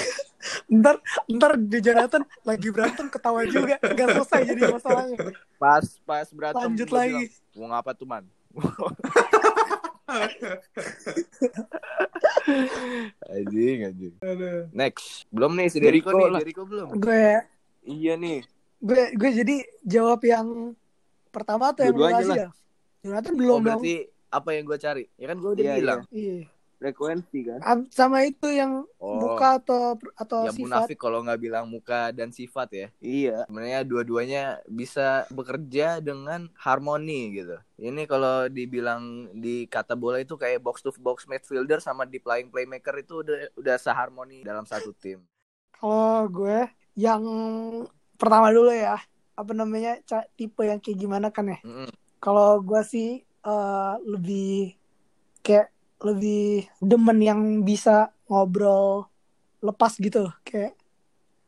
Speaker 2: ntar, ntar di Jonathan lagi berantem ketawa juga. Gak selesai jadi masalahnya.
Speaker 6: pas pas berantem.
Speaker 2: Lanjut
Speaker 6: gua
Speaker 2: lagi.
Speaker 6: bilang, Mau ngapa tuh man? anjing anjing. Next, belum nih si Deriko
Speaker 5: Deriko
Speaker 6: nih,
Speaker 5: lah.
Speaker 6: Deriko belum.
Speaker 2: Gue,
Speaker 5: Iya nih.
Speaker 2: gue, gue jadi jawab yang pertama atau yang lu
Speaker 5: Dua-duanya
Speaker 2: kasih
Speaker 5: lah.
Speaker 2: ya? Jonathan belum
Speaker 6: Oh,
Speaker 2: dong.
Speaker 6: berarti apa yang gue cari? Ya kan gue udah
Speaker 5: Iya,
Speaker 6: bilang.
Speaker 2: Iya.
Speaker 5: Frekuensi kan.
Speaker 2: Am- Sama itu yang
Speaker 6: Oh.
Speaker 2: muka atau atau
Speaker 6: ya
Speaker 2: sifat.
Speaker 6: munafik kalau nggak bilang muka dan sifat ya
Speaker 5: Iya.
Speaker 6: sebenarnya dua-duanya bisa bekerja dengan harmoni gitu ini kalau dibilang di kata bola itu kayak box to box midfielder sama di playing playmaker itu udah udah seharmoni dalam satu tim
Speaker 2: Kalau gue yang pertama dulu ya. Apa namanya? ca- Tipe yang kayak gimana kan ya?
Speaker 6: Mm-mm.
Speaker 2: Kalau gue sih eh, lebih kayak lebih demen yang bisa ngobrol lepas gitu, kayak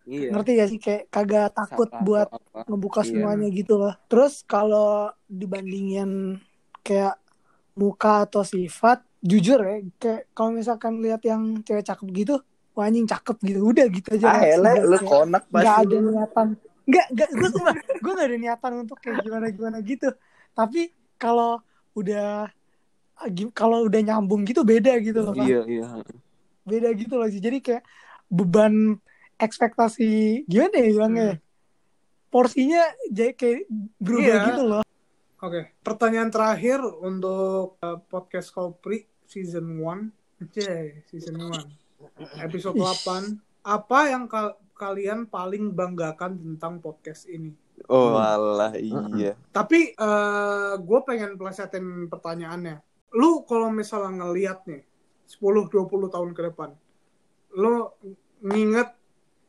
Speaker 5: Iya.
Speaker 2: ngerti gak sih kayak kagak takut
Speaker 5: Salah
Speaker 2: buat
Speaker 5: atau apa.
Speaker 2: ngebuka
Speaker 5: Iya.
Speaker 2: semuanya gitu loh. Terus kalau dibandingin kayak muka atau sifat, jujur ya kayak kalau misalkan lihat yang cewek cakep gitu, wah anjing cakep gitu, udah gitu aja.
Speaker 6: ah
Speaker 2: reaksi
Speaker 6: elah
Speaker 2: gua,
Speaker 6: lu
Speaker 2: kayak
Speaker 6: konek
Speaker 2: nggak
Speaker 6: pasti
Speaker 2: ada
Speaker 6: lu.
Speaker 2: niatan nggak nggak gue cuma gue nggak ada niatan untuk kayak gimana gimana gitu tapi kalau udah gi- kalau udah nyambung gitu beda gitu loh Pak.
Speaker 5: Iya, iya.
Speaker 2: beda gitu loh sih jadi kayak beban ekspektasi gimana ya bilangnya
Speaker 1: Hmm.
Speaker 2: ya? porsinya jadi kayak berubah
Speaker 1: Iya.
Speaker 2: gitu loh
Speaker 1: Oke, pertanyaan terakhir untuk uh, podcast Kopri season 1. Anjay, season 1. Episode
Speaker 2: Ih.
Speaker 1: 8. Apa yang kal- kalian paling banggakan tentang podcast ini?
Speaker 5: Oh, alah, iya.
Speaker 1: Tapi gue pengen plesetin pertanyaannya. Lu kalau misalnya ngeliat nih 10-20 tahun ke depan, lu nginget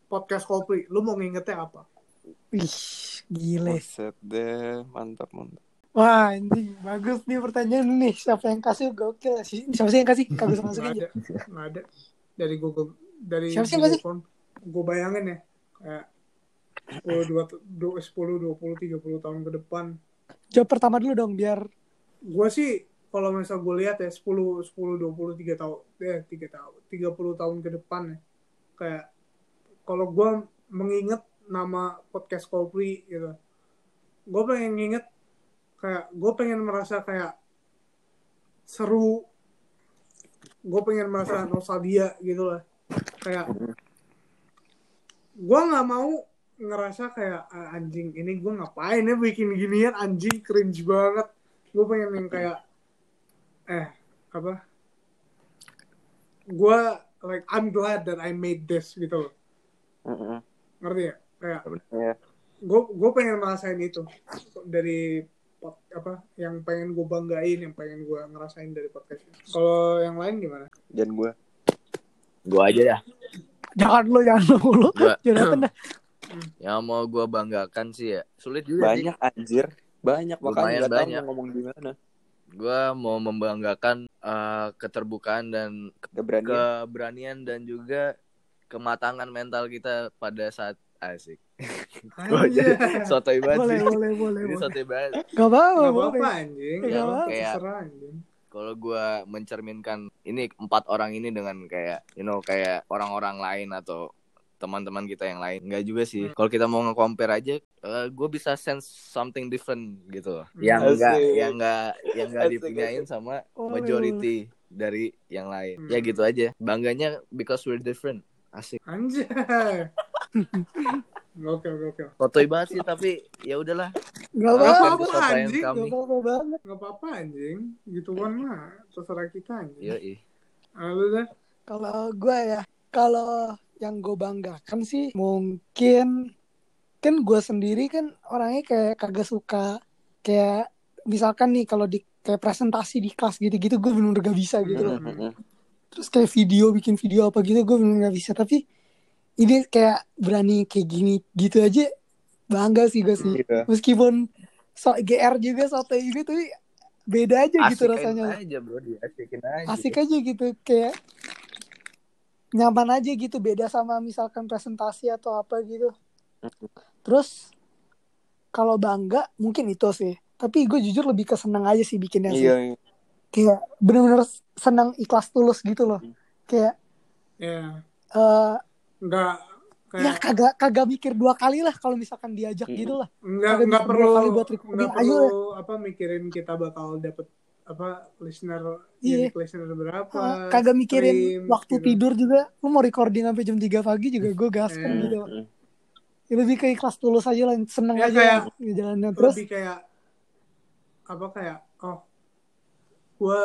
Speaker 1: podcast Kopri, lu mau ngingetnya apa?
Speaker 2: Ih, gile
Speaker 5: Buset deh, mantap mantap.
Speaker 2: wah anjing bagus nih pertanyaan nih siapa yang kasih gokil sih siapa sih yang kasih kagak usah masukin
Speaker 1: Nggak ada, nggak ada. Dari Google, dari
Speaker 2: Siapa sih,
Speaker 1: Google
Speaker 2: siapa sih?
Speaker 1: Form. Gue bayangin ya, kayak oh, 10, 2, 10, 20, 30 tahun ke depan.
Speaker 2: jawab pertama dulu dong biar
Speaker 1: Gue sih, kalau misal gue lihat ya, 10, 10, 20, 3 tahun, eh, 3 tahun, 30 tahun ke depan ya. Kayak, kalau gue mengingat nama podcast Kopri gitu, gue pengen nginget, kayak, gue pengen merasa kayak seru, gue pengen merasa nostalgia gitu lah. Kayak, gue nggak mau ngerasa kayak "Ah, anjing ini gue ngapain ya bikin ginian anjing cringe banget gue pengen yang kayak eh apa gue like I'm glad that I made this gitu loh
Speaker 5: Heeh.
Speaker 1: ngerti ya kayak
Speaker 5: Iya.
Speaker 1: gue gue pengen ngerasain itu dari pod- apa yang pengen gue banggain yang pengen gue ngerasain dari podcast ini. kalau yang lain gimana
Speaker 5: Dan gue
Speaker 6: gua aja dah
Speaker 2: jangan lu jangan lu mulu
Speaker 6: Gua-
Speaker 2: Jonathan dah.
Speaker 6: yang mau gua banggakan sih ya sulit juga sih
Speaker 5: banyak anjir. iya. Banyak
Speaker 6: Lumayan
Speaker 5: makanya nggak tahu
Speaker 6: banyak.
Speaker 5: mau ngomong gimana.
Speaker 6: gua mau membanggakan eh, keterbukaan dan
Speaker 5: Keberanian.
Speaker 6: keberanian dan juga kematangan mental kita pada saat asik. Gua
Speaker 1: Anjay.
Speaker 6: jadi sotoy
Speaker 2: boleh
Speaker 6: banget sih.
Speaker 2: boleh boleh
Speaker 6: Ini
Speaker 2: boleh
Speaker 6: sotoy banget.
Speaker 2: Gak apa-apa,
Speaker 1: nggak
Speaker 2: boleh.
Speaker 1: apa-apa anjing
Speaker 2: Nggak
Speaker 1: nggak apa-apa
Speaker 6: apa-apa.
Speaker 1: terserah anjing
Speaker 6: Kalau gua mencerminkan ini empat orang ini dengan kayak, you know, kayak orang-orang lain atau teman-teman kita yang lain nggak juga sih kalau kita mau nge-compare aja eh, gue bisa sense something different gitu loh. yang
Speaker 5: Asik.
Speaker 6: enggak yang enggak yang enggak
Speaker 5: Asik,
Speaker 6: dipunyain sama
Speaker 2: Oh.
Speaker 6: majority dari yang lain
Speaker 1: Hmm.
Speaker 6: ya gitu aja bangganya because we're different asik
Speaker 1: Anjay. gokil, gokil.
Speaker 6: kotoy banget sih tapi ya udahlah
Speaker 1: Gak
Speaker 2: Gak apa-apa,
Speaker 6: Apa?
Speaker 1: apa-apa
Speaker 6: kesukaan
Speaker 1: anjing,
Speaker 6: kami.
Speaker 1: gak
Speaker 2: gak apa-apa banget.
Speaker 1: gak apa-apa anjing. Gituan mah, terserah kita anjing.
Speaker 6: Yoi.
Speaker 1: Ah, lu deh.
Speaker 2: Kalau gue ya, kalau yang gue banggakan sih mungkin kan gue sendiri kan orangnya kayak kagak suka kayak misalkan nih kalau di kayak presentasi di kelas gitu-gitu gue bener gak bisa gitu loh. Terus kayak video bikin video apa gitu gue bener gak bisa tapi ini kayak berani kayak gini gitu aja bangga sih gue sih.
Speaker 5: Iya.
Speaker 2: Meskipun so GR juga soto ini tapi beda aja gitu
Speaker 6: Asikin
Speaker 2: rasanya.
Speaker 6: aja bro dia asikin aja
Speaker 2: asik aja gitu kayak nyaman aja gitu beda sama misalkan presentasi atau apa gitu terus kalau bangga mungkin itu sih tapi gue jujur lebih kesenang aja sih bikinnya sih
Speaker 5: Iya. iya.
Speaker 2: kayak bener-bener senang ikhlas tulus gitu loh kayak
Speaker 1: Ya,
Speaker 2: eh
Speaker 1: enggak kayak
Speaker 2: ya kagak kagak mikir dua kali lah kalau misalkan diajak gitu lah
Speaker 1: enggak
Speaker 2: kagak
Speaker 1: enggak
Speaker 2: bisa
Speaker 1: perlu
Speaker 2: dua kali buat recording,
Speaker 1: enggak
Speaker 2: ayo
Speaker 1: perlu apa mikirin kita bakal dapet apa listener
Speaker 2: Iya.
Speaker 1: unique listener berapa.
Speaker 2: Eh, kagak mikirin
Speaker 1: stream,
Speaker 2: waktu
Speaker 1: gitu.
Speaker 2: tidur juga lu mau recording sampai jam 3 pagi juga gue gaspol
Speaker 1: Eh.
Speaker 2: gitu ya, lebih ke ikhlas tulus aja lah seneng
Speaker 1: Ya,
Speaker 2: aja
Speaker 1: kayak
Speaker 2: lah jalannya terus
Speaker 1: lebih kayak apa kayak oh gua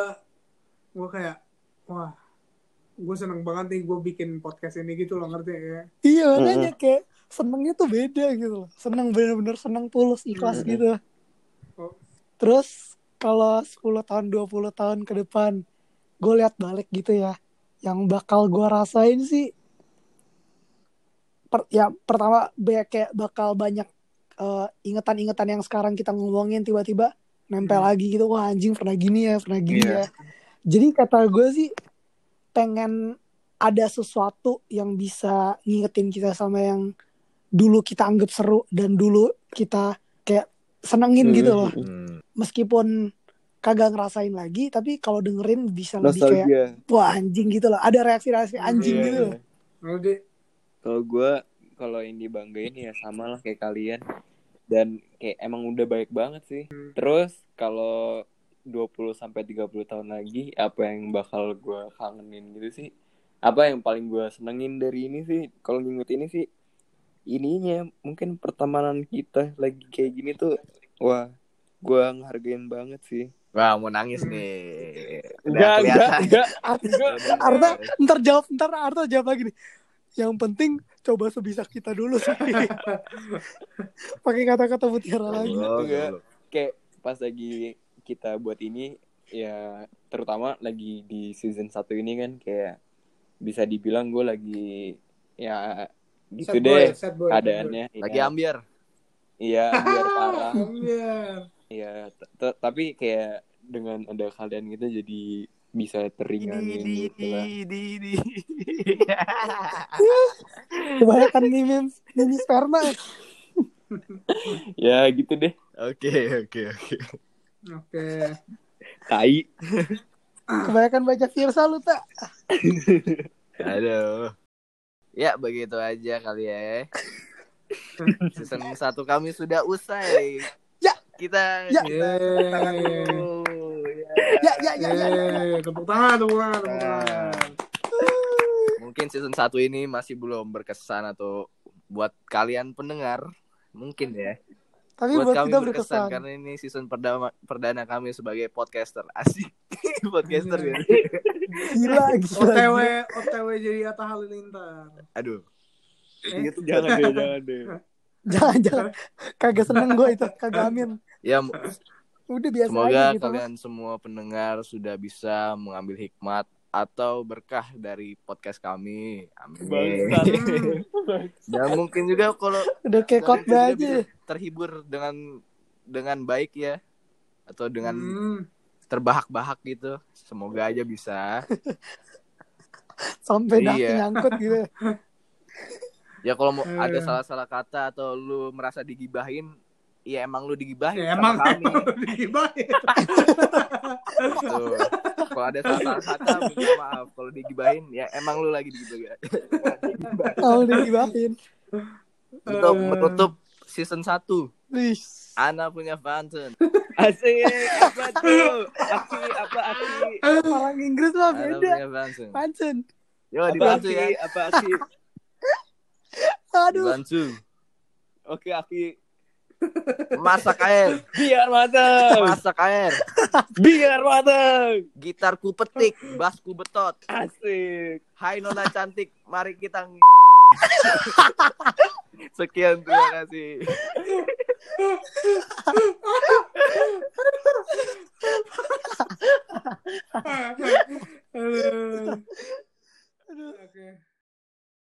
Speaker 1: gua kayak wah gue seneng banget nih gue bikin podcast ini gitu loh ngerti ya
Speaker 2: iya makanya kayak senengnya tuh beda gitu loh seneng bener-bener seneng tulus ikhlas
Speaker 1: Mm-mm.
Speaker 2: gitu
Speaker 1: Oh.
Speaker 2: terus kalau 10 tahun 20 tahun ke depan gue lihat balik gitu ya yang bakal gue rasain sih per- ya pertama ba- kayak bakal banyak eh, ingetan-ingetan yang sekarang kita ngomongin tiba-tiba nempel
Speaker 1: Hmm.
Speaker 2: lagi gitu wah anjing pernah gini ya pernah gini ya
Speaker 5: Iya.
Speaker 2: jadi kata gue sih pengen ada sesuatu yang bisa ngingetin kita sama yang dulu kita anggap seru dan dulu kita kayak senengin gitu loh
Speaker 6: Hmm.
Speaker 2: meskipun kagak ngerasain lagi tapi kalau dengerin bisa lebih kayak
Speaker 5: Nostalgia.
Speaker 2: wah anjing gitu loh ada reaksi-reaksi anjing
Speaker 1: Iya,
Speaker 2: gitu loh
Speaker 1: ngerti
Speaker 5: Kalau gua kalau yang dibanggain ya sama lah kayak kalian dan kayak emang udah baik banget sih. Terus kalau 20 sampai 30 tahun lagi apa yang bakal gua kangenin gitu sih? Apa yang paling gua senengin dari ini sih? Kalau nginget ini sih ininya mungkin pertemanan kita lagi kayak gini tuh wah gua ngehargain banget sih.
Speaker 6: Wah mau nangis
Speaker 2: Hmm.
Speaker 6: nih.
Speaker 5: Enggak, enggak,
Speaker 6: kelihatan.
Speaker 5: enggak,
Speaker 2: Arta,
Speaker 5: enggak.
Speaker 2: Arta
Speaker 6: Iya.
Speaker 2: ntar jawab ntar Arta jawab lagi nih yang penting coba sebisa kita dulu sih pakai kata-kata mutiara lagi
Speaker 6: Goblok,
Speaker 5: Enggak.
Speaker 6: goblok.
Speaker 5: kayak pas lagi kita buat ini ya terutama lagi di season satu ini kan kayak bisa dibilang gue lagi ya gitu
Speaker 1: Sad boy,
Speaker 5: deh
Speaker 1: sad boy, sad boy.
Speaker 5: keadaannya
Speaker 6: Lagi
Speaker 5: ya.
Speaker 6: ambiar.
Speaker 5: iya biar parah
Speaker 1: Iya.
Speaker 5: ya t- t- tapi kayak dengan ada kalian gitu jadi bisa
Speaker 6: Iya,
Speaker 5: teringanin gitu lah
Speaker 6: di di.
Speaker 2: kebanyakan mimim mimi sperma
Speaker 5: ya gitu deh
Speaker 6: Oke oke oke.
Speaker 1: Oke.
Speaker 5: tai
Speaker 2: kebanyakan baca Firsa lu tak
Speaker 6: Aduh. Ya begitu aja kali ya. Season satu kami sudah usai.
Speaker 2: Ya.
Speaker 6: Kita
Speaker 2: Ya.
Speaker 6: kita
Speaker 1: Yeay.
Speaker 6: tangan dulu.
Speaker 2: ya ya
Speaker 6: Iya,
Speaker 2: ya ya
Speaker 1: Yeay. Tepuk tangan, tepuk tangan, tepuk tangan.
Speaker 5: Nah.
Speaker 6: Mungkin season satu ini masih belum berkesan atau buat kalian pendengar mungkin ya.
Speaker 2: tapi Iya,
Speaker 6: buat,
Speaker 2: buat,
Speaker 6: kami
Speaker 2: kita
Speaker 6: berkesan,
Speaker 2: berkesan
Speaker 6: karena ini season perdana perdana kami sebagai podcaster asik podcaster ya.
Speaker 2: Iya. gila gila
Speaker 1: OTW, OTW jadi Atta Halilintar.
Speaker 6: aduh
Speaker 1: Eh,
Speaker 5: itu Gitu, jangan deh jangan deh
Speaker 2: jangan jangan kagak seneng gue itu kagak amin
Speaker 6: ya m-
Speaker 2: udah biasa aja
Speaker 6: semoga
Speaker 2: gitu mah.
Speaker 6: kalian semua pendengar sudah bisa mengambil hikmat atau berkah dari podcast kami amin
Speaker 5: Bangsat.
Speaker 1: hmm,
Speaker 6: dan mungkin juga kalau
Speaker 2: udah kayak
Speaker 6: dan mungkin
Speaker 2: khotbah
Speaker 6: juga
Speaker 2: aja
Speaker 6: bisa terhibur dengan dengan baik ya atau dengan
Speaker 1: hmm.
Speaker 6: terbahak-bahak gitu semoga aja bisa
Speaker 2: sampai daki
Speaker 6: Iya.
Speaker 2: nyangkut gitu
Speaker 6: Ya kalau mau
Speaker 1: Eh.
Speaker 6: ada salah-salah kata atau lu merasa digibahin, ya emang lu digibahin
Speaker 1: Ya
Speaker 6: sama
Speaker 1: emang
Speaker 6: kami.
Speaker 1: digibahin.
Speaker 6: Tuh. gitu. Kalau ada salah kata minta maaf. Kalau digibahin ya emang lu lagi digibahin.
Speaker 2: Kalau digibahin.
Speaker 6: Untuk
Speaker 1: Eh.
Speaker 6: menutup season 1
Speaker 2: Ih.
Speaker 6: Ana punya Fountain Asik Apa tuh Aki Apa Aki
Speaker 2: Orang Inggris mah
Speaker 6: Ana
Speaker 2: beda.
Speaker 6: punya Fountain
Speaker 2: Pancen.
Speaker 6: Yo
Speaker 5: Apa
Speaker 6: dibantu
Speaker 5: Aki?
Speaker 6: ya
Speaker 5: Apa Aki?
Speaker 2: Aduh.
Speaker 6: Dibantu
Speaker 5: Oke Aki.
Speaker 6: Masak air
Speaker 5: Biar matang.
Speaker 6: Masak air
Speaker 5: Biar matang.
Speaker 6: Gitarku petik Basku betot
Speaker 5: Ah, Asik.
Speaker 6: Hai Nona cantik Mari kita ng- Sekian terima kasih
Speaker 1: Aduh. Oke.